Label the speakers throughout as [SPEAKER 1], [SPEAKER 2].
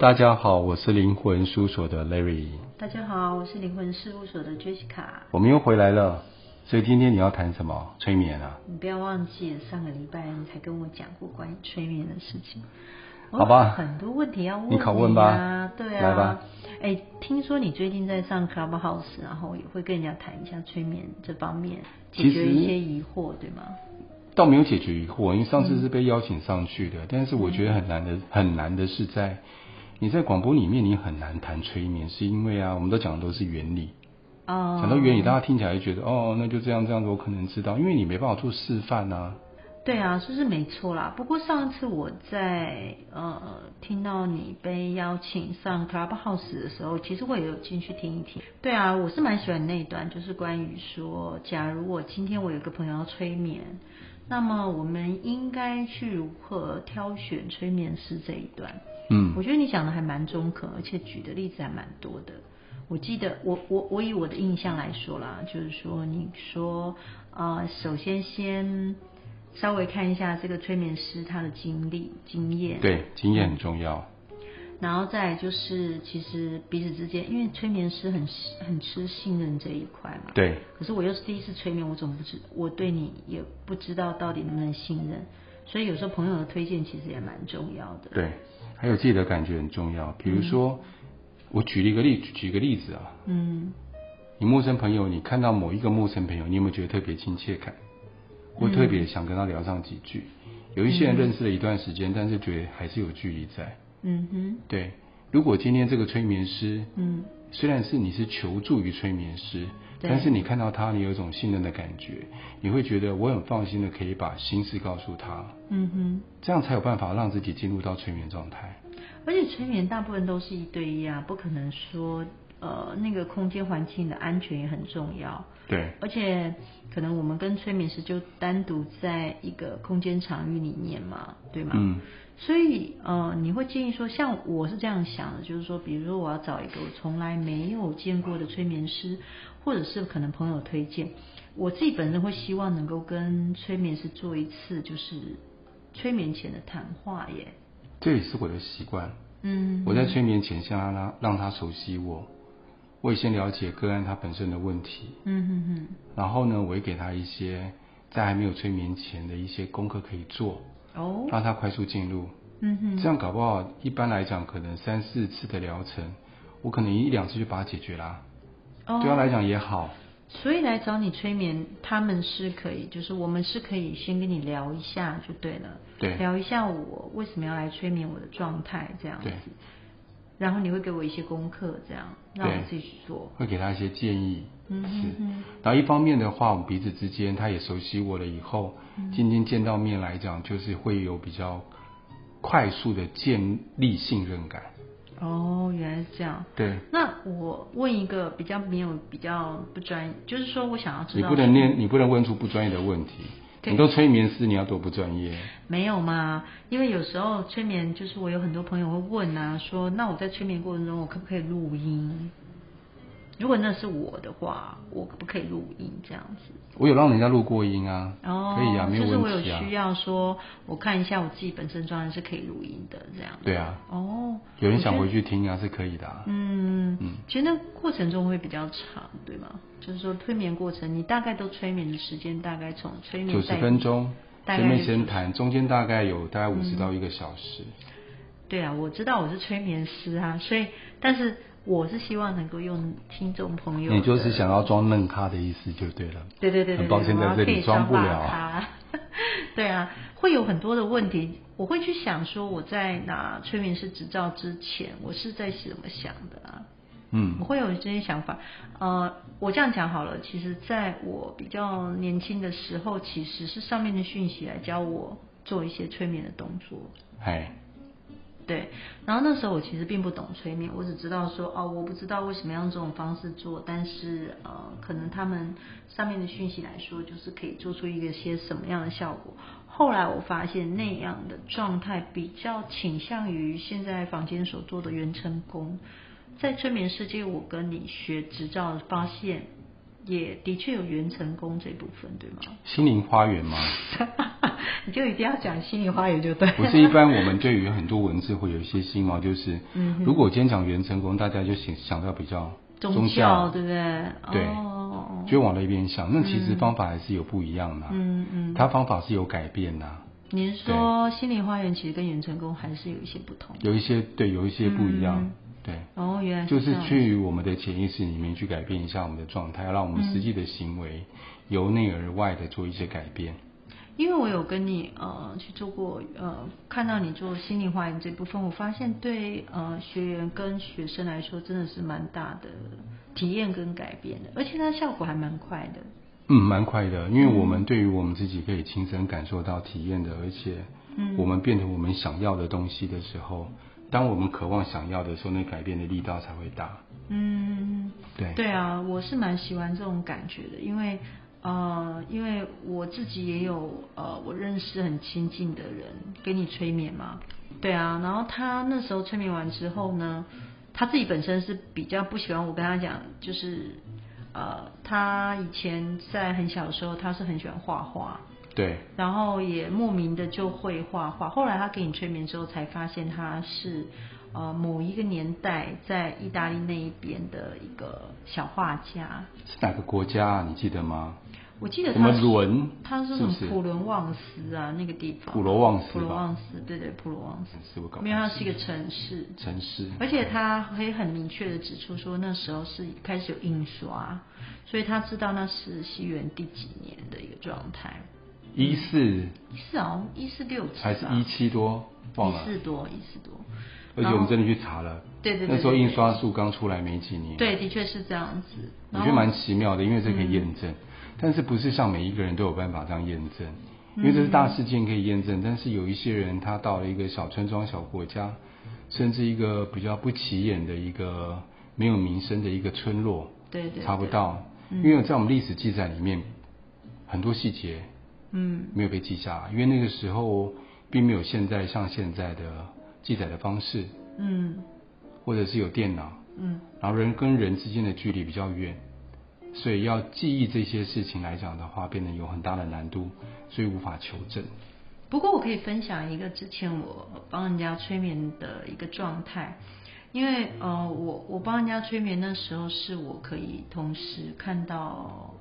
[SPEAKER 1] 大家好，我是灵魂事务所的 Larry，
[SPEAKER 2] 大家好，我是灵魂事务所的 Jessica。
[SPEAKER 1] 我们又回来了。所以今天你要谈什么？催眠啊？
[SPEAKER 2] 你不要忘记了，上个礼拜你才跟我讲过关于催眠的事情。
[SPEAKER 1] 好吧
[SPEAKER 2] 我有很多问题要问
[SPEAKER 1] 你拷问吧
[SPEAKER 2] 啊对
[SPEAKER 1] 来
[SPEAKER 2] 啊。
[SPEAKER 1] 吧
[SPEAKER 2] 哎、听说你最近在上 Clubhouse，然后也会跟人家谈一下催眠这方面，解
[SPEAKER 1] 其实
[SPEAKER 2] 决一些疑惑，对吗？
[SPEAKER 1] 倒没有解决疑惑，因为上次是被邀请上去的，但是我觉得很难的，很难的是在你在广播里面你很难谈催眠，是因为啊，我们都讲的都是原理，
[SPEAKER 2] 啊、
[SPEAKER 1] 讲到原理，大家听起来就觉得哦，那就这样这样子，我可能知道，因为你没办法做示范啊。
[SPEAKER 2] 对啊，是是没错啦。不过上次我在呃听到你被邀请上 Clubhouse 的时候，其实我也有进去听一听。对啊，我是蛮喜欢那一段，就是关于说，假如我今天我有一个朋友要催眠，那么我们应该去如何挑选催眠师这一段。
[SPEAKER 1] 嗯，
[SPEAKER 2] 我觉得你讲的还蛮中肯，而且举的例子还蛮多的。我记得我我我以我的印象来说啦，就是说你说呃，首先先稍微看一下这个催眠师他的经历经验，，
[SPEAKER 1] 嗯对，经验很重要。
[SPEAKER 2] 然后再来就是其实彼此之间，因为催眠师很很吃信任这一块嘛，
[SPEAKER 1] 对，
[SPEAKER 2] 可是我又是第一次催眠，我总不知我对你也不知道到底能不能信任，所以有时候朋友的推荐其实也蛮重要的，
[SPEAKER 1] 对，还有自己的感觉很重要。比如说，我举了一个例，举个例子啊，
[SPEAKER 2] 嗯
[SPEAKER 1] 你陌生朋友，你看到某一个陌生朋友，你有没有觉得特别亲切感，或特别想跟他聊上几句？有一些人认识了一段时间，但是觉得还是有距离在。
[SPEAKER 2] 嗯哼
[SPEAKER 1] 对，如果今天这个催眠师，
[SPEAKER 2] 嗯。
[SPEAKER 1] 虽然是你是求助于催眠师，
[SPEAKER 2] 对
[SPEAKER 1] 但是你看到他，你有一种信任的感觉，你会觉得我很放心的可以把心事告诉他，
[SPEAKER 2] 嗯哼，
[SPEAKER 1] 这样才有办法让自己进入到催眠状态。
[SPEAKER 2] 而且催眠大部分都是一对一啊，不可能说呃那个空间环境的安全也很重要，
[SPEAKER 1] 对，
[SPEAKER 2] 而且可能我们跟催眠师就单独在一个空间场域里面嘛，对吗？
[SPEAKER 1] 嗯，
[SPEAKER 2] 所以呃，你会建议说，像我是这样想的，就是说，比如说我要找一个我从来没有见过的催眠师，或者是可能朋友推荐，我自己本身会希望能够跟催眠师做一次就是催眠前的谈话耶。
[SPEAKER 1] 这也是我的习惯。
[SPEAKER 2] 嗯，
[SPEAKER 1] 我在催眠前先让他让他熟悉我，我也先了解个案他本身的问题，
[SPEAKER 2] 嗯哼哼，
[SPEAKER 1] 然后呢，我会给他一些在还没有催眠前的一些功课可以做，
[SPEAKER 2] 哦，
[SPEAKER 1] 让他快速进入。
[SPEAKER 2] 嗯哼，
[SPEAKER 1] 这样搞不好，一般来讲可能三四次的疗程，我可能一两次就把它解决啦。
[SPEAKER 2] 哦，
[SPEAKER 1] 对他来讲也好，
[SPEAKER 2] 所以来找你催眠，他们是可以，就是我们是可以先跟你聊一下就对了，
[SPEAKER 1] 对
[SPEAKER 2] 聊一下我为什么要来催眠我的状态这样子
[SPEAKER 1] 对，，
[SPEAKER 2] 然后你会给我一些功课这样，
[SPEAKER 1] 对
[SPEAKER 2] 让我自己去做，
[SPEAKER 1] 会给他一些建议。
[SPEAKER 2] 嗯哼哼，
[SPEAKER 1] 然后一方面的话，我们彼此之间他也熟悉我了以后，
[SPEAKER 2] 嗯
[SPEAKER 1] 今天见到面来讲，就是会有比较快速的建立信任感。
[SPEAKER 2] 哦，原来是这样。
[SPEAKER 1] 对，
[SPEAKER 2] 那我问一个比较没有比较不专，就是说我想要知
[SPEAKER 1] 你
[SPEAKER 2] 道
[SPEAKER 1] 不能念，你不能问出不专业的问题。
[SPEAKER 2] 对
[SPEAKER 1] 你都催眠师，你要多不专业？
[SPEAKER 2] 没有嘛？因为有时候催眠，就是我有很多朋友会问啊，说那我在催眠过程中，我可不可以录音？如果那是我的话，我可不可以录音这样子？
[SPEAKER 1] 我有让人家录过音啊，
[SPEAKER 2] 哦，
[SPEAKER 1] 可以啊，没
[SPEAKER 2] 就是我
[SPEAKER 1] 问
[SPEAKER 2] 有
[SPEAKER 1] 题啊
[SPEAKER 2] 需。要说，我看一下我自己本身状态是可以录音的这样。
[SPEAKER 1] 对啊，
[SPEAKER 2] 哦，
[SPEAKER 1] 有人想
[SPEAKER 2] 我
[SPEAKER 1] 回
[SPEAKER 2] 觉得，
[SPEAKER 1] 去听啊，是可以的、啊。
[SPEAKER 2] 嗯，其实那过程中会比较长，对吗？就是说催眠过程，你大概都催眠的时间大概从催眠
[SPEAKER 1] 九十
[SPEAKER 2] 带
[SPEAKER 1] 分钟，
[SPEAKER 2] 大概
[SPEAKER 1] 前面
[SPEAKER 2] 就嗯
[SPEAKER 1] 先谈，中间大概有大概五十到一个小时。
[SPEAKER 2] 对啊，我知道我是催眠师啊，所以但是我是希望能够用听众朋友的，
[SPEAKER 1] 你就是想要装嫩咖的意思就对了。
[SPEAKER 2] 对对对对，
[SPEAKER 1] 很
[SPEAKER 2] 对
[SPEAKER 1] 抱歉
[SPEAKER 2] 我要
[SPEAKER 1] 在这里
[SPEAKER 2] 可以
[SPEAKER 1] 装不
[SPEAKER 2] 辣
[SPEAKER 1] 了
[SPEAKER 2] 咖 对啊，会有很多的问题，我会去想说我在拿催眠师执照之前，我是在怎么想的啊？
[SPEAKER 1] 嗯
[SPEAKER 2] 我会有这些想法。呃，我这样讲好了，其实在我比较年轻的时候，其实是上面的讯息来教我做一些催眠的动作。
[SPEAKER 1] 哎，
[SPEAKER 2] 对，然后那时候我其实并不懂催眠，我只知道说哦，我不知道为什么要用这种方式做，但是呃，可能他们上面的讯息来说，就是可以做出一个些什么样的效果。后来我发现那样的状态比较倾向于现在房间所做的元成功，在催眠世界，我跟你学执照，发现也的确有元成功这部分，对吗？
[SPEAKER 1] 心灵花园吗？
[SPEAKER 2] 你就一定要讲心里话语就对了。
[SPEAKER 1] 不是一般我们对于很多文字会有一些心锚，就是、
[SPEAKER 2] 嗯哼
[SPEAKER 1] 如果今天讲元成功，大家就想想到比较
[SPEAKER 2] 宗
[SPEAKER 1] 教，
[SPEAKER 2] 对不对？
[SPEAKER 1] 对
[SPEAKER 2] 哦，
[SPEAKER 1] 就往那边想。那其实
[SPEAKER 2] 嗯
[SPEAKER 1] 方法还是有不一样的、
[SPEAKER 2] 嗯嗯，
[SPEAKER 1] 它方法是有改变的、
[SPEAKER 2] 您说心灵花园其实跟元成功还是有一些不同。
[SPEAKER 1] 有一些对，有一些不一样，
[SPEAKER 2] 嗯
[SPEAKER 1] 对，
[SPEAKER 2] 哦，原来
[SPEAKER 1] 就是
[SPEAKER 2] 这
[SPEAKER 1] 是
[SPEAKER 2] 样
[SPEAKER 1] 去我们的潜意识里面去改变一下我们的状态，让我们实际的行为、
[SPEAKER 2] 嗯
[SPEAKER 1] 由内而外的做一些改变。
[SPEAKER 2] 因为我有跟你呃去做过呃，看到你做心理化验这部分，我发现对呃学员跟学生来说真的是蛮大的体验跟改变的，而且它效果还蛮快的。
[SPEAKER 1] 嗯，蛮快的，因为我们对于我们自己可以亲身感受到、体验的，而且
[SPEAKER 2] 嗯
[SPEAKER 1] 我们变成我们想要的东西的时候，当我们渴望想要的时候，那改变的力道才会大。
[SPEAKER 2] 嗯，
[SPEAKER 1] 对，
[SPEAKER 2] 对啊，我是蛮喜欢这种感觉的，因为呃，因为我自己也有呃，我认识很亲近的人给你催眠嘛，对啊，然后他那时候催眠完之后呢，他自己本身是比较不喜欢我跟他讲，就是呃，他以前在很小的时候，他是很喜欢画画，
[SPEAKER 1] 对，
[SPEAKER 2] 然后也莫名的就会画画。后来他给你催眠之后，才发现他是呃某一个年代在意大利那一边的一个小画家。
[SPEAKER 1] 是哪个国家、啊？你记得吗？
[SPEAKER 2] 我记得
[SPEAKER 1] 什
[SPEAKER 2] 他
[SPEAKER 1] 么
[SPEAKER 2] 是
[SPEAKER 1] 伦？
[SPEAKER 2] 他
[SPEAKER 1] 是
[SPEAKER 2] 是什
[SPEAKER 1] 不
[SPEAKER 2] 么
[SPEAKER 1] 是
[SPEAKER 2] 普伦旺斯啊那个地方。
[SPEAKER 1] 普罗旺斯吧
[SPEAKER 2] 普罗旺斯，对对，普罗旺斯。
[SPEAKER 1] 是我搞
[SPEAKER 2] 没有，啊它是一个城市，
[SPEAKER 1] 城市。
[SPEAKER 2] 而且他可以很明确的指出说，那时候是开始有印刷，所以他知道那是西元第几年的一个状态。
[SPEAKER 1] 一四
[SPEAKER 2] 一四好像一四六七
[SPEAKER 1] 还是一七多？忘
[SPEAKER 2] 一
[SPEAKER 1] 了。
[SPEAKER 2] 四多，一四多。
[SPEAKER 1] 而且我们真的去查了，
[SPEAKER 2] 嗯对对对
[SPEAKER 1] 那时候印刷术刚出来没几年。
[SPEAKER 2] 对，的确是这样子。
[SPEAKER 1] 我
[SPEAKER 2] 然
[SPEAKER 1] 觉
[SPEAKER 2] 后嗯
[SPEAKER 1] 得蛮奇妙的，因为这可以验证，但是不是像每一个人都有办法这样验证，因为这
[SPEAKER 2] 嗯
[SPEAKER 1] 是大事件可以验证，但是有一些人他到了一个小村庄、小国家，甚至一个比较不起眼的一个没有名声的一个村落，
[SPEAKER 2] 对对
[SPEAKER 1] 查不。到，
[SPEAKER 2] 嗯
[SPEAKER 1] 因为在我们历史记载里面，很多细节
[SPEAKER 2] 嗯
[SPEAKER 1] 没有被记下来，因为那个时候并没有现在像现在的记载的方式，
[SPEAKER 2] 嗯
[SPEAKER 1] 或者是有电脑，
[SPEAKER 2] 嗯
[SPEAKER 1] 然后人跟人之间的距离比较远，所以要记忆这些事情来讲的话，变得有很大的难度，所以无法求证。
[SPEAKER 2] 不过我可以分享一个之前我帮人家催眠的一个状态，因为呃，我我帮人家催眠那时候是我可以同时看到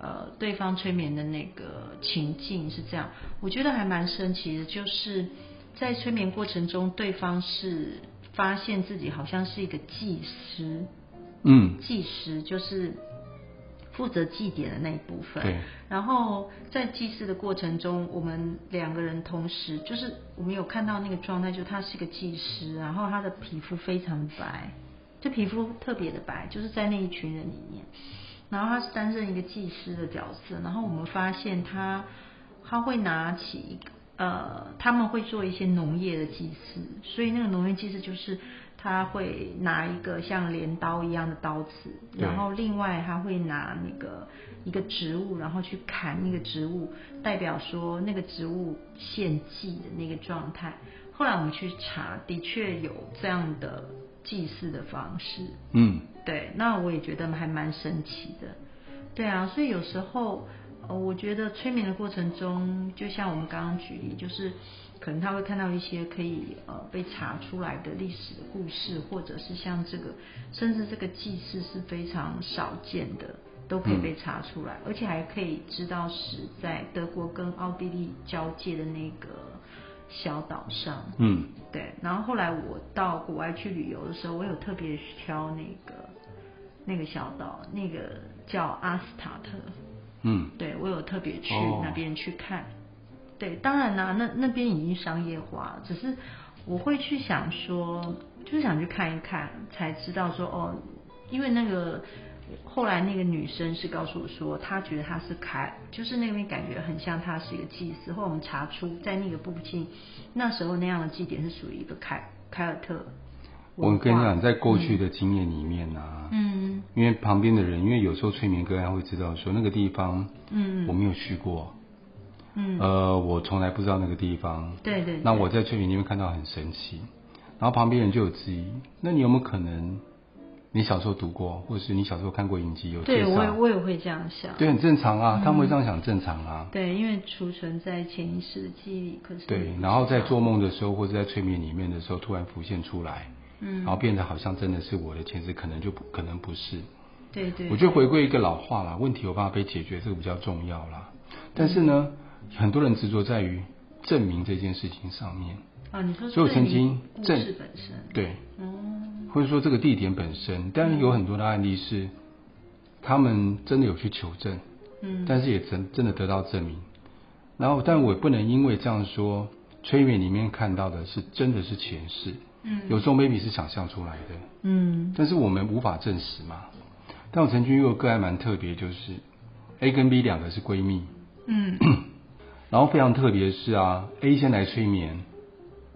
[SPEAKER 2] 呃对方催眠的那个情境是这样，我觉得还蛮神奇的，就是在催眠过程中，对方是发现自己好像是一个技师，
[SPEAKER 1] 嗯，
[SPEAKER 2] 祭师，就是负责祭典的那一部分。
[SPEAKER 1] 对，
[SPEAKER 2] 然后在祭祀的过程中，我们两个人同时，就是我们有看到那个状态，就是他是个祭师，然后他的皮肤非常白，就皮肤特别的白，就是在那一群人里面。然后他是担任一个祭师的角色，然后我们发现他他会拿起一个呃，他们会做一些农业的祭祀，所以那个农业祭祀就是他会拿一个像镰刀一样的刀子，
[SPEAKER 1] 对
[SPEAKER 2] 然后另外他会拿那个一个植物，然后去砍那个植物，代表说那个植物献祭的那个状态。后来我们去查，的确有这样的祭祀的方式。
[SPEAKER 1] 嗯，
[SPEAKER 2] 对，那我也觉得还蛮神奇的。对啊，所以有时候，呃，我觉得催眠的过程中，就像我们刚刚举例，就是可能他会看到一些可以呃被查出来的历史的故事，或者是像这个，甚至这个祭祀是非常少见的，都可以被查出来，而且还可以知道是在德国跟奥地利交界的那个小岛上。
[SPEAKER 1] 嗯，
[SPEAKER 2] 对，然后后来我到国外去旅游的时候，我有特别挑那个那个小岛，那个叫阿斯塔特，
[SPEAKER 1] 嗯，
[SPEAKER 2] 对我有特别去
[SPEAKER 1] 哦
[SPEAKER 2] 那边去看。对，当然啦、那那边已经商业化了，只是我会去想说，就是想去看一看，才知道说哦，因为那个后来那个女生是告诉我说，她觉得她是凯，就是那边感觉很像她是一个祭司，后来我们查出在那个附近，那时候那样的祭典是属于一个凯凯尔特文化。
[SPEAKER 1] 我跟你讲，在过去的经验里面啊，
[SPEAKER 2] 嗯，
[SPEAKER 1] 因为旁边的人，因为有时候催眠个案会知道说那个地方
[SPEAKER 2] 嗯
[SPEAKER 1] 我
[SPEAKER 2] 嗯
[SPEAKER 1] 没有去过，
[SPEAKER 2] 嗯，
[SPEAKER 1] 呃，我从来不知道那个地方，
[SPEAKER 2] 对对对，
[SPEAKER 1] 那我在催眠里面看到很神奇，然后旁边人就有质疑，那你有没有可能你小时候读过，或者是你小时候看过影集有介
[SPEAKER 2] 对
[SPEAKER 1] 绍，
[SPEAKER 2] 我也嗯我也会这样想。
[SPEAKER 1] 对，很正常啊，他们会这样想，正常啊。
[SPEAKER 2] 对，因为储存在潜意识的记忆里，可是
[SPEAKER 1] 对，然后在做梦的时候，或者在催眠里面的时候，突然浮现出来，
[SPEAKER 2] 嗯，
[SPEAKER 1] 然后变得好像真的是我的前世，可能就不可能不是。
[SPEAKER 2] 对对，
[SPEAKER 1] 我觉得回归一个老话啦，问题有办法被解决，这个比较重要啦。但是呢，很多人执着在于证明这件事情上面，
[SPEAKER 2] 啊，你说
[SPEAKER 1] 所以我
[SPEAKER 2] 证
[SPEAKER 1] 曾经
[SPEAKER 2] 明故
[SPEAKER 1] 证
[SPEAKER 2] 事本身，
[SPEAKER 1] 对，
[SPEAKER 2] 哦，
[SPEAKER 1] 或者说这个地点本身。但是有很多的案例是，他们真的有去求证，
[SPEAKER 2] 嗯，
[SPEAKER 1] 但是也真真的得到证明。然后，但我也不能因为这样说，催眠里面看到的是真的是前世，
[SPEAKER 2] 嗯
[SPEAKER 1] 有时候 maybe 是想象出来的，
[SPEAKER 2] 嗯
[SPEAKER 1] 但是我们无法证实嘛。但我曾经遇过个案蛮特别，就是 A 跟 B 两个是闺蜜，
[SPEAKER 2] 嗯
[SPEAKER 1] 然后非常特别的是啊，A 先来催眠，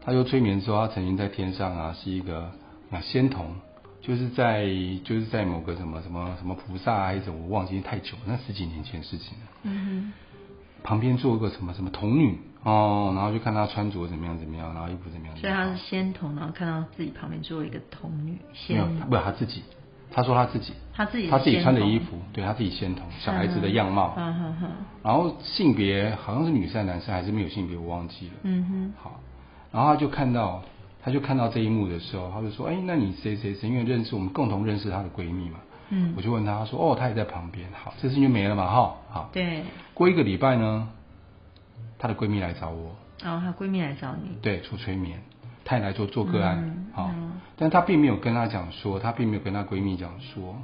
[SPEAKER 1] 他就催眠之后，他曾经在天上啊是一个啊仙童，就是在就是在某个什么什么什么菩萨啊还是什么，我忘记太久了，那十几年前的事情了。
[SPEAKER 2] 嗯
[SPEAKER 1] 旁边坐个什么什么童女哦，然后就看她穿着怎么样怎么样，然后衣服怎么样怎
[SPEAKER 2] 哼，所以
[SPEAKER 1] 么
[SPEAKER 2] 他
[SPEAKER 1] 样。
[SPEAKER 2] 是仙童，然后看到自己旁边坐了一个童女
[SPEAKER 1] 没
[SPEAKER 2] 仙
[SPEAKER 1] 有，
[SPEAKER 2] 女，啊
[SPEAKER 1] 不是她自己，她说她自己，
[SPEAKER 2] 他自己是
[SPEAKER 1] 她自己
[SPEAKER 2] 仙
[SPEAKER 1] 穿的
[SPEAKER 2] 童
[SPEAKER 1] 衣，服，对她自己仙童，小孩子的
[SPEAKER 2] 嗯
[SPEAKER 1] 样貌，
[SPEAKER 2] 嗯哼哼，
[SPEAKER 1] 然后性别好像是女生男生还是没有性别，我忘记了。
[SPEAKER 2] 嗯哼，
[SPEAKER 1] 好，然后他就看到，他就看到这一幕的时候，他就说：“哎，那你谁谁谁，因为认识我们共同认识她的闺蜜嘛。”
[SPEAKER 2] 嗯
[SPEAKER 1] 我就问他，他说：“哦，她也在旁边。”好，这事情就没了嘛，哈。好，
[SPEAKER 2] 对，
[SPEAKER 1] 过一个礼拜呢，她的闺蜜来找我，
[SPEAKER 2] 然后她闺蜜来找你，
[SPEAKER 1] 对，做催眠，她也来做做个案
[SPEAKER 2] 嗯，
[SPEAKER 1] 好、
[SPEAKER 2] 嗯
[SPEAKER 1] 但她并没有跟她讲说，她并没有跟她闺蜜讲说，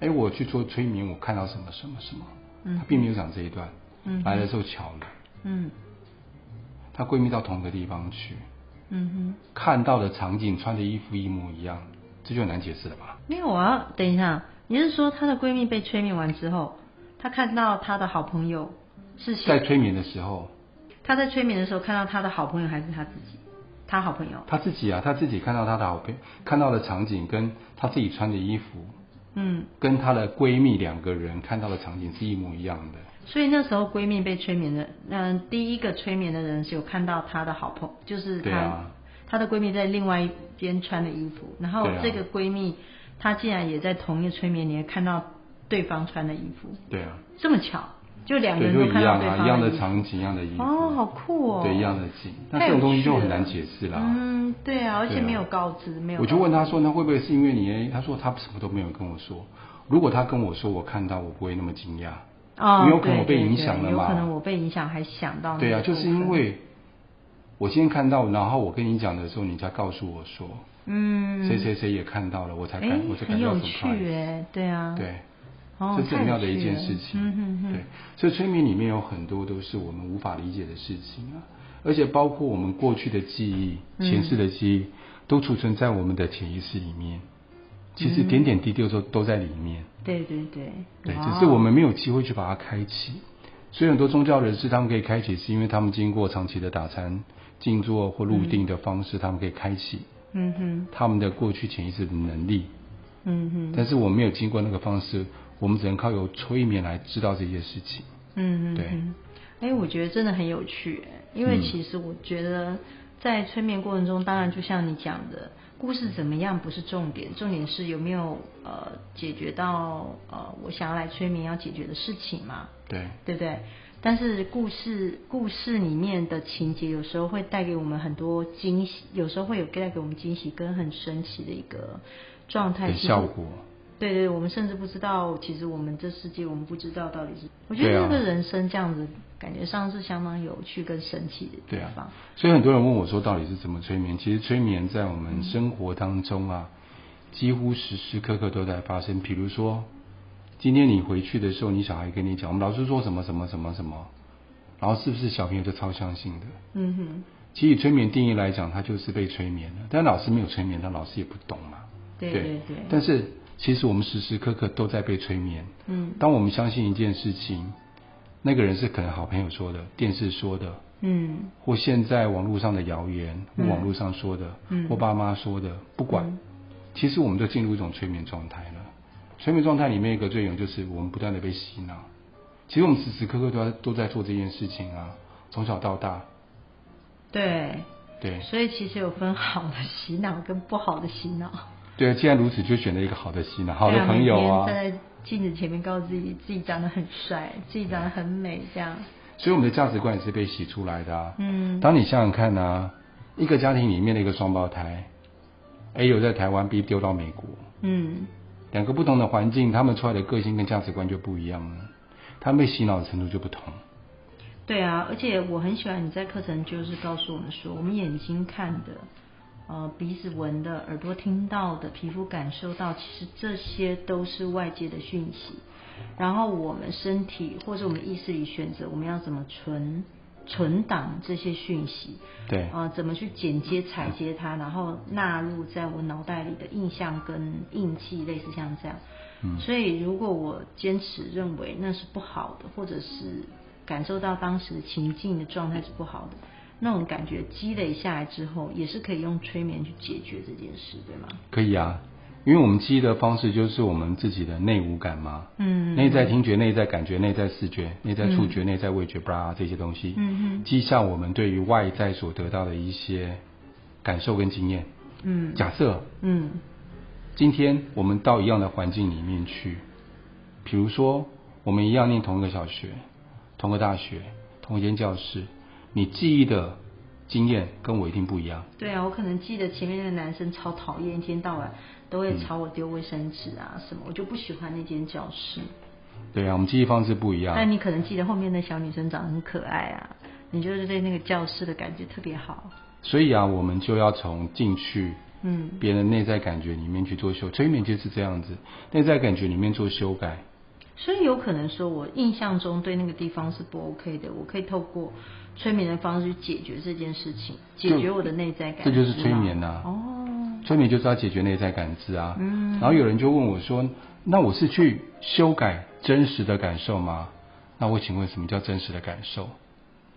[SPEAKER 1] 哎，我去做催眠，我看到什么什么什么，
[SPEAKER 2] 嗯
[SPEAKER 1] 她并没有讲这一段，
[SPEAKER 2] 嗯
[SPEAKER 1] 来的时候巧了，
[SPEAKER 2] 嗯
[SPEAKER 1] 她闺蜜到同一个地方去，
[SPEAKER 2] 嗯
[SPEAKER 1] 看到的场景、穿的衣服一模一样，这就很难解释了吧
[SPEAKER 2] 哼，？没有，我要等一下，你是说她的闺蜜被催眠完之后，她看到她的好朋友是
[SPEAKER 1] 在
[SPEAKER 2] 仙，
[SPEAKER 1] 催眠的时候，
[SPEAKER 2] 她在催眠的时候看到她的好朋友还是她自己，她好朋友，
[SPEAKER 1] 她自己啊，她自己看到她的好朋友看到的场景，跟她自己穿的衣服，
[SPEAKER 2] 嗯。
[SPEAKER 1] 跟她的闺蜜两个人看到的场景是一模一样的。
[SPEAKER 2] 所以那时候闺蜜被催眠的，嗯、第一个催眠的人是有看到她的好朋就是
[SPEAKER 1] 对
[SPEAKER 2] 她、
[SPEAKER 1] 啊
[SPEAKER 2] 她的闺蜜在另外一边穿的衣服，然后
[SPEAKER 1] 对啊
[SPEAKER 2] 这个闺蜜她竟然也在同一个催眠里面看到对方穿的衣服，
[SPEAKER 1] 对啊，
[SPEAKER 2] 这么巧，就两个
[SPEAKER 1] 对，
[SPEAKER 2] 人
[SPEAKER 1] 就
[SPEAKER 2] 都
[SPEAKER 1] 一
[SPEAKER 2] 看到
[SPEAKER 1] 样
[SPEAKER 2] 对
[SPEAKER 1] 啊，
[SPEAKER 2] 方
[SPEAKER 1] 一样
[SPEAKER 2] 的
[SPEAKER 1] 的
[SPEAKER 2] 衣服
[SPEAKER 1] 场景，一样的衣服，
[SPEAKER 2] 哦，好酷哦，
[SPEAKER 1] 对，一样的景。那
[SPEAKER 2] 太
[SPEAKER 1] 这
[SPEAKER 2] 有
[SPEAKER 1] 种东西就
[SPEAKER 2] 趣
[SPEAKER 1] 很
[SPEAKER 2] 了
[SPEAKER 1] 难解释啦。
[SPEAKER 2] 嗯，对啊，而且
[SPEAKER 1] 对啊
[SPEAKER 2] 没有告知，没有告
[SPEAKER 1] 我
[SPEAKER 2] 知，
[SPEAKER 1] 就问他说：“那会不会是因为你？”他说他什么都没有跟我说。如果他跟我说我看到，我不会那么惊讶。
[SPEAKER 2] 哦，
[SPEAKER 1] 因为有可能我
[SPEAKER 2] 对
[SPEAKER 1] 被
[SPEAKER 2] 对
[SPEAKER 1] 影
[SPEAKER 2] 对
[SPEAKER 1] 响了
[SPEAKER 2] 有
[SPEAKER 1] 嘛
[SPEAKER 2] 可能我被影响，还想到那
[SPEAKER 1] 对啊，
[SPEAKER 2] 个
[SPEAKER 1] 就
[SPEAKER 2] 部
[SPEAKER 1] 是因
[SPEAKER 2] 分
[SPEAKER 1] 为我今天看到，然后我跟你讲的时候，你才告诉我说
[SPEAKER 2] 嗯，
[SPEAKER 1] 谁谁谁也看到了，我才
[SPEAKER 2] 哎
[SPEAKER 1] 感，我才
[SPEAKER 2] 很
[SPEAKER 1] 感到
[SPEAKER 2] 有
[SPEAKER 1] s
[SPEAKER 2] 趣
[SPEAKER 1] u
[SPEAKER 2] 哎，对啊，
[SPEAKER 1] 对，
[SPEAKER 2] 哦，
[SPEAKER 1] 这是
[SPEAKER 2] 太
[SPEAKER 1] 很
[SPEAKER 2] 有
[SPEAKER 1] 妙的一
[SPEAKER 2] 趣
[SPEAKER 1] 件
[SPEAKER 2] 了
[SPEAKER 1] 事情。
[SPEAKER 2] 嗯哼哼，
[SPEAKER 1] 对，所以催眠里面有很多都是我们无法理解的事情啊，而且包括我们过去的记忆、前世的记
[SPEAKER 2] 嗯
[SPEAKER 1] 忆，都储存在我们的潜意识里面。其
[SPEAKER 2] 嗯
[SPEAKER 1] 实点点滴滴都都在里面。
[SPEAKER 2] 对对对，
[SPEAKER 1] 对，
[SPEAKER 2] 哇哦
[SPEAKER 1] 只是我们没有机会去把它开启。所以很多宗教人士他们可以开启，是因为他们经过长期的打禅、静坐或入定的方式，他们可以开启
[SPEAKER 2] 嗯哼
[SPEAKER 1] 他们的过去潜意识的能力。
[SPEAKER 2] 嗯哼
[SPEAKER 1] 但是我们没有经过那个方式，我们只能靠由催眠来知道这些事情。
[SPEAKER 2] 嗯哼，
[SPEAKER 1] 对
[SPEAKER 2] 嗯，哎，我觉得真的很有趣哎，因为
[SPEAKER 1] 嗯
[SPEAKER 2] 其实我觉得在催眠过程中，当然就像你讲的，故事怎么样不是重点，重点是有没有呃解决到呃我想要来催眠要解决的事情嘛，
[SPEAKER 1] 对，
[SPEAKER 2] 对不对？但是故事故事里面的情节有时候会带给我们很多惊喜，有时候会有带给我们惊喜跟很神奇的一个状态
[SPEAKER 1] 的
[SPEAKER 2] 是
[SPEAKER 1] 效果。
[SPEAKER 2] 对对，我们甚至不知道，其实我们这世界我们不知道到底是，我觉
[SPEAKER 1] 对
[SPEAKER 2] 得
[SPEAKER 1] 啊
[SPEAKER 2] 这个人生这样子，感觉上是相当有趣跟神奇的地
[SPEAKER 1] 对
[SPEAKER 2] 方
[SPEAKER 1] 啊。，所以很多人问我说，到底是怎么催眠？其实催眠在我们生活当中啊，几乎时时刻刻都在发生。比如说，今天你回去的时候，你小孩跟你讲，我们老师说什么什么什么什么，然后是不是小朋友就超相信的？
[SPEAKER 2] 嗯哼，
[SPEAKER 1] 其实以催眠定义来讲，他就是被催眠了。但老师没有催眠，那老师也不懂嘛。
[SPEAKER 2] 对对对，
[SPEAKER 1] 但是其实我们时时刻刻都在被催眠。
[SPEAKER 2] 嗯
[SPEAKER 1] 当我们相信一件事情，那个人是可能好朋友说的、电视说的，
[SPEAKER 2] 嗯
[SPEAKER 1] 或现在网络上的谣言，或
[SPEAKER 2] 嗯
[SPEAKER 1] 网络上说的，
[SPEAKER 2] 嗯
[SPEAKER 1] 或爸妈说的，不管，
[SPEAKER 2] 嗯
[SPEAKER 1] 其实我们都进入一种催眠状态了。催眠状态里面一个最有就是我们不断的被洗脑，其实我们时时刻刻都在都在做这件事情啊，从小到大，
[SPEAKER 2] 对，
[SPEAKER 1] 对
[SPEAKER 2] 所以其实有分好的洗脑跟不好的洗脑。
[SPEAKER 1] 对，既然如此，就选择一个好的戏呢，好
[SPEAKER 2] 对
[SPEAKER 1] 的
[SPEAKER 2] 啊
[SPEAKER 1] 朋友啊
[SPEAKER 2] 每。天站在镜子前面，告诉自己自己长得很帅，自己长得很美，这样。
[SPEAKER 1] 所以我们的价值观也是被洗出来的啊。
[SPEAKER 2] 嗯，
[SPEAKER 1] 当你想想看啊，一个家庭里面的一个双胞胎，A 有在台湾，B 丢到美国，
[SPEAKER 2] 嗯，
[SPEAKER 1] 两个不同的环境，他们出来的个性跟价值观就不一样了，他们被洗脑的程度就不同。
[SPEAKER 2] 对啊，而且我很喜欢你在课程就是告诉我们说，我们眼睛看的，呃，鼻子闻的，耳朵听到的，皮肤感受到，其实这些都是外界的讯息。然后我们身体或者我们意识里选择我们要怎么存存档这些讯息，
[SPEAKER 1] 对，
[SPEAKER 2] 呃，怎么去剪接、裁接它，然后纳入在我脑袋里的印象跟印记，类似像这样。
[SPEAKER 1] 嗯
[SPEAKER 2] 所以，如果我坚持认为那是不好的，或者是感受到当时情境的状态是不好的，那种感觉积累下来之后，也是可以用催眠去解决这件事，对吗？
[SPEAKER 1] 可以啊，因为我们记忆的方式就是我们自己的内五感嘛，
[SPEAKER 2] 嗯，
[SPEAKER 1] 内在听觉、内在感觉、内在视觉、内在触觉、内在味觉，布拉这些东西，
[SPEAKER 2] 嗯
[SPEAKER 1] 记下我们对于外在所得到的一些感受跟经验。
[SPEAKER 2] 哼，嗯
[SPEAKER 1] 假设
[SPEAKER 2] 嗯
[SPEAKER 1] 今天我们到一样的环境里面去，比如说我们一样念同一个小学、同个大学、同一间教室，你记忆的经验跟我一定不一样。
[SPEAKER 2] 对啊，我可能记得前面那个男生超讨厌，一天到晚都会朝我丢卫生纸啊什么，我就不喜欢那间教室。
[SPEAKER 1] 对啊，我们记忆方式不一样。
[SPEAKER 2] 但你可能记得后面的小女生长得很可爱啊，你就是对那个教室的感觉特别好。
[SPEAKER 1] 所以啊，我们就要从进去
[SPEAKER 2] 嗯
[SPEAKER 1] 别人内在感觉里面去做修，催眠就是这样子，内在感觉里面做修改。
[SPEAKER 2] 所以有可能说我印象中对那个地方是不 OK 的，我可以透过催眠的方式去解决这件事情，
[SPEAKER 1] 就
[SPEAKER 2] 解决我的内在感
[SPEAKER 1] 这
[SPEAKER 2] 知嘛。
[SPEAKER 1] 就是催眠啊呐、
[SPEAKER 2] 哦，
[SPEAKER 1] 催眠就是要解决内在感知啊。
[SPEAKER 2] 嗯
[SPEAKER 1] 然后有人就问我说：“那我是去修改真实的感受吗？”那我请问什么叫真实的感受？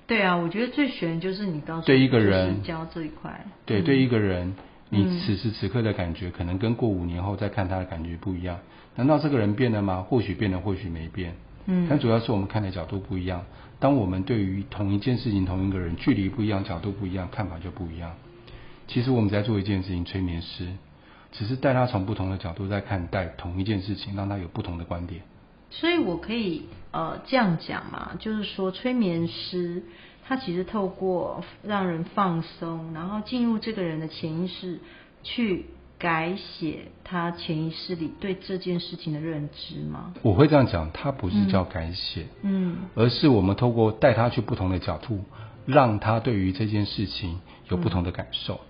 [SPEAKER 2] 对啊，我觉得最悬的就是你告诉
[SPEAKER 1] 对一个人
[SPEAKER 2] 教这一块，
[SPEAKER 1] 对，
[SPEAKER 2] 嗯
[SPEAKER 1] 对一个人，
[SPEAKER 2] 嗯
[SPEAKER 1] 你此时此刻的感觉，可能跟过五年后再看他的感觉不一样。难道这个人变了吗？或许变了，或许没变。但
[SPEAKER 2] 嗯
[SPEAKER 1] 主要是我们看的角度不一样。当我们对于同一件事情、同一个人距离不一样、角度不一样、看法就不一样。其实我们在做一件事情，催眠师只是带他从不同的角度在看待同一件事情，让他有不同的观点。
[SPEAKER 2] 所以我可以呃这样讲嘛，就是说催眠师他其实透过让人放松，然后进入这个人的潜意识去改写他潜意识里对这件事情的认知嘛。
[SPEAKER 1] 我会这样讲，它不是叫改写，
[SPEAKER 2] 嗯
[SPEAKER 1] 而是我们透过带他去不同的角度，让他对于这件事情有不同的感受，
[SPEAKER 2] 嗯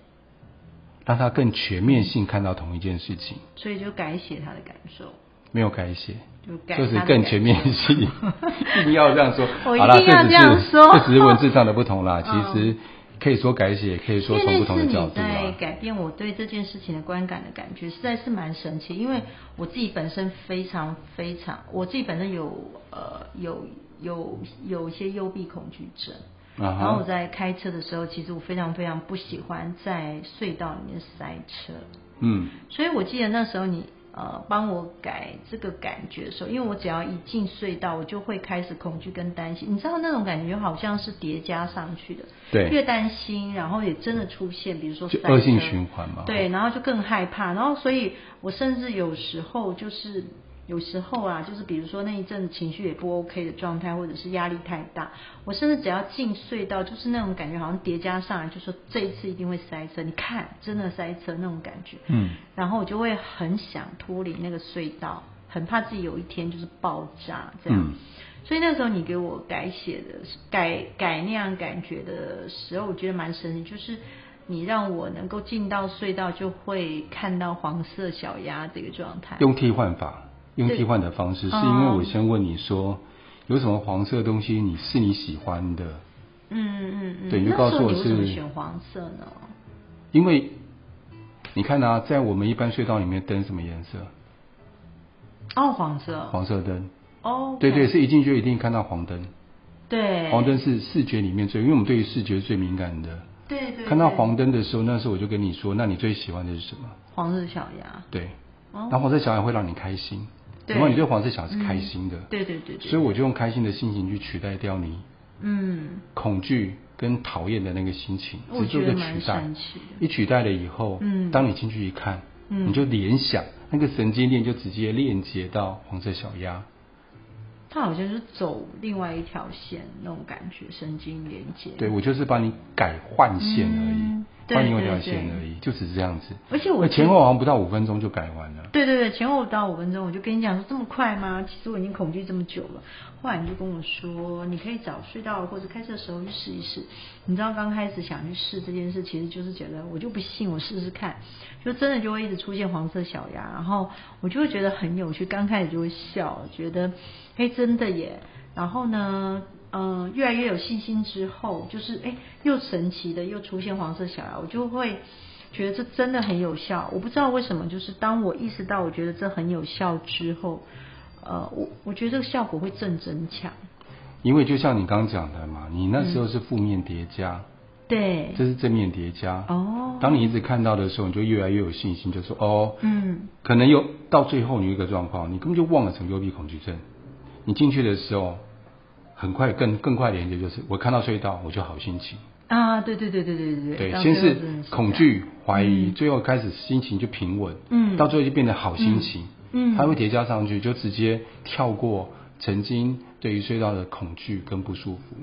[SPEAKER 1] 让他更全面性看到同一件事情，
[SPEAKER 2] 所以就改写他的感受，
[SPEAKER 1] 没有改写。
[SPEAKER 2] 就改
[SPEAKER 1] 就是
[SPEAKER 2] 他的
[SPEAKER 1] 更
[SPEAKER 2] 感
[SPEAKER 1] 全面
[SPEAKER 2] 受
[SPEAKER 1] 性，一定要这样说。
[SPEAKER 2] 我一
[SPEAKER 1] 好啦，
[SPEAKER 2] 定要
[SPEAKER 1] 这只
[SPEAKER 2] 这样
[SPEAKER 1] 是
[SPEAKER 2] 说
[SPEAKER 1] 这只是文字上的不同啦。
[SPEAKER 2] 嗯
[SPEAKER 1] 其实可以说改写，也可以说
[SPEAKER 2] 因
[SPEAKER 1] 从
[SPEAKER 2] 为
[SPEAKER 1] 不
[SPEAKER 2] 那
[SPEAKER 1] 同
[SPEAKER 2] 是
[SPEAKER 1] 的角
[SPEAKER 2] 你
[SPEAKER 1] 度
[SPEAKER 2] 在
[SPEAKER 1] 啊。
[SPEAKER 2] 改变我对这件事情的观感的感觉，实在是蛮神奇。因为我自己本身非常非常，我自己本身有呃有有有一些幽闭恐惧症，
[SPEAKER 1] 啊
[SPEAKER 2] 然后我
[SPEAKER 1] 哈，
[SPEAKER 2] 在开车的时候，其实我非常非常不喜欢在隧道里面塞车，
[SPEAKER 1] 嗯，
[SPEAKER 2] 所以我记得那时候你呃帮我改这个感觉的时候，因为我只要一进隧道，我就会开始恐惧跟担心，你知道那种感觉好像是叠加上去的，
[SPEAKER 1] 对，
[SPEAKER 2] 越担心，然后也真的出现，比如说
[SPEAKER 1] 就
[SPEAKER 2] 塞车
[SPEAKER 1] 恶性循环嘛。，
[SPEAKER 2] 对，然后就更害怕，然后所以我甚至有时候就是有时候啊，就是比如说那一阵情绪也不 OK 的状态，或者是压力太大，我甚至只要进隧道，就是那种感觉好像叠加上来，就说这一次一定会塞车，你看真的塞车那种感觉，
[SPEAKER 1] 嗯，
[SPEAKER 2] 然后我就会很想脱离那个隧道，很怕自己有一天就是爆炸这样。
[SPEAKER 1] 嗯
[SPEAKER 2] 所以那时候你给我改写的改改那样感觉的时候，我觉得蛮神奇，就是你让我能够进到隧道，就会看到黄色小鸭这个状态。
[SPEAKER 1] 用替换法，用替换的方式，是因为
[SPEAKER 2] 哦
[SPEAKER 1] 我先问你说，有什么黄色的东西你是你喜欢的？
[SPEAKER 2] 嗯嗯嗯。
[SPEAKER 1] 对你就
[SPEAKER 2] 那
[SPEAKER 1] 告
[SPEAKER 2] 时
[SPEAKER 1] 诉
[SPEAKER 2] 候
[SPEAKER 1] 我
[SPEAKER 2] 你为什么
[SPEAKER 1] 是
[SPEAKER 2] 选黄色呢？
[SPEAKER 1] 因为你看啊，在我们一般隧道里面灯什么颜色？
[SPEAKER 2] 哦，黄色。
[SPEAKER 1] 黄色灯。
[SPEAKER 2] 哦。
[SPEAKER 1] 对对，。是一进去一定看到黄灯。
[SPEAKER 2] 对。
[SPEAKER 1] 黄。灯是视觉里面最，因为我们对于视觉是最敏感的。
[SPEAKER 2] 对对对。
[SPEAKER 1] 看到黄灯的时候，那时候我就跟你说，那你最喜欢的是什么？
[SPEAKER 2] 黄色小鸭。
[SPEAKER 1] 对，然
[SPEAKER 2] 哦。
[SPEAKER 1] 后黄色小孩会让你开心，
[SPEAKER 2] 对嗯
[SPEAKER 1] 然后你对黄色小孩是开心的，
[SPEAKER 2] 对对对对。
[SPEAKER 1] 所以我就用开心的心情去取代掉你
[SPEAKER 2] 嗯，
[SPEAKER 1] 恐惧跟讨厌的那个心情，
[SPEAKER 2] 我
[SPEAKER 1] 只做
[SPEAKER 2] 觉
[SPEAKER 1] 一个
[SPEAKER 2] 得
[SPEAKER 1] 取
[SPEAKER 2] 蛮
[SPEAKER 1] 代。
[SPEAKER 2] 神奇的。
[SPEAKER 1] 一取代了以后，
[SPEAKER 2] 嗯
[SPEAKER 1] 当你进去一看，
[SPEAKER 2] 嗯
[SPEAKER 1] 你就联想那个神经链就直接链接到黄色小鸭。
[SPEAKER 2] 它好像是走另外一条线那种感觉，神经连接。
[SPEAKER 1] 对，我就是帮你改换线而
[SPEAKER 2] 嗯
[SPEAKER 1] 已，
[SPEAKER 2] 对
[SPEAKER 1] 换另外一条
[SPEAKER 2] 对对
[SPEAKER 1] 线而已，就只是这样子。
[SPEAKER 2] 而且我
[SPEAKER 1] 前后好像不到五分钟就改完了。
[SPEAKER 2] 对对对，前后不到五分钟，我就跟你讲说这么快吗？其实我已经恐惧这么久了。后来你就跟我说，你可以早睡到或者开车的时候去试一试。你知道刚开始想去试这件事，其实就是觉得我就不信，我试试看，就真的就会一直出现黄色小牙，然后我就会觉得很有趣，刚开始就会笑，觉得哎真的耶。然后呢，嗯、越来越有信心之后，就是哎又神奇的又出现黄色小牙，我就会。觉得这真的很有效。我不知道为什么，就是当我意识到我觉得这很有效之后，呃，我我觉得这个效果会正增强。
[SPEAKER 1] 因为就像你刚讲的嘛，你那时候是负面叠加，
[SPEAKER 2] 对，
[SPEAKER 1] 这是正面叠加。
[SPEAKER 2] 哦，
[SPEAKER 1] 当你一直看到的时候，你就越来越有信心，就说哦，
[SPEAKER 2] 嗯，
[SPEAKER 1] 可能有到最后你有一个状况，你根本就忘了什么幽闭恐惧症。你进去的时候，很快更更快连接就是我看到隧道我就好心情。
[SPEAKER 2] 啊，对对对对对对
[SPEAKER 1] 对，
[SPEAKER 2] 到
[SPEAKER 1] 先
[SPEAKER 2] 最后
[SPEAKER 1] 是
[SPEAKER 2] 真的这
[SPEAKER 1] 恐
[SPEAKER 2] 样，
[SPEAKER 1] 惧、怀疑，最后开始心情就平稳，
[SPEAKER 2] 嗯
[SPEAKER 1] 到最后就变得好心情，
[SPEAKER 2] 嗯
[SPEAKER 1] 它会叠加上去，就直接跳过曾经对于隧道的恐惧跟不舒服，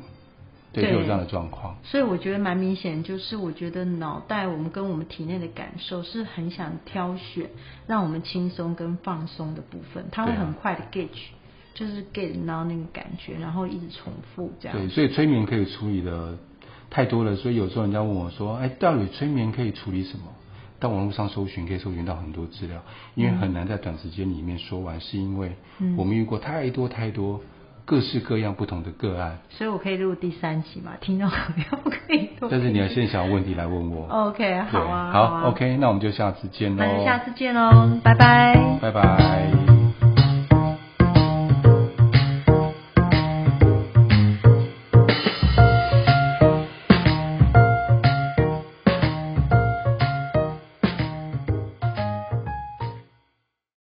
[SPEAKER 1] 对，
[SPEAKER 2] 对
[SPEAKER 1] 就有这样的状况。
[SPEAKER 2] 所以我觉得蛮明显，就是我觉得脑袋我们跟我们体内的感受是很想挑选让我们轻松跟放松的部分，它会
[SPEAKER 1] 对啊
[SPEAKER 2] 很快的 gauge，就是 get 到那个感觉，然后一直重复这样。
[SPEAKER 1] 对，所以催眠可以处理的太多了，所以有时候人家问我说，哎，到底催眠可以处理什么？到网络上搜寻可以搜寻到很多资料，因为很难在短时间里面说完，是因为
[SPEAKER 2] 嗯
[SPEAKER 1] 我们遇过太多太多各式各样不同的个案，
[SPEAKER 2] 所以我可以录第三集嘛？听众朋友可以录。
[SPEAKER 1] 但是你要先想问题来问我。
[SPEAKER 2] OK，好啊，
[SPEAKER 1] 对好
[SPEAKER 2] 啊
[SPEAKER 1] o k 那我们就下次见喽，
[SPEAKER 2] 那就下次见喽，拜拜。
[SPEAKER 1] 拜拜。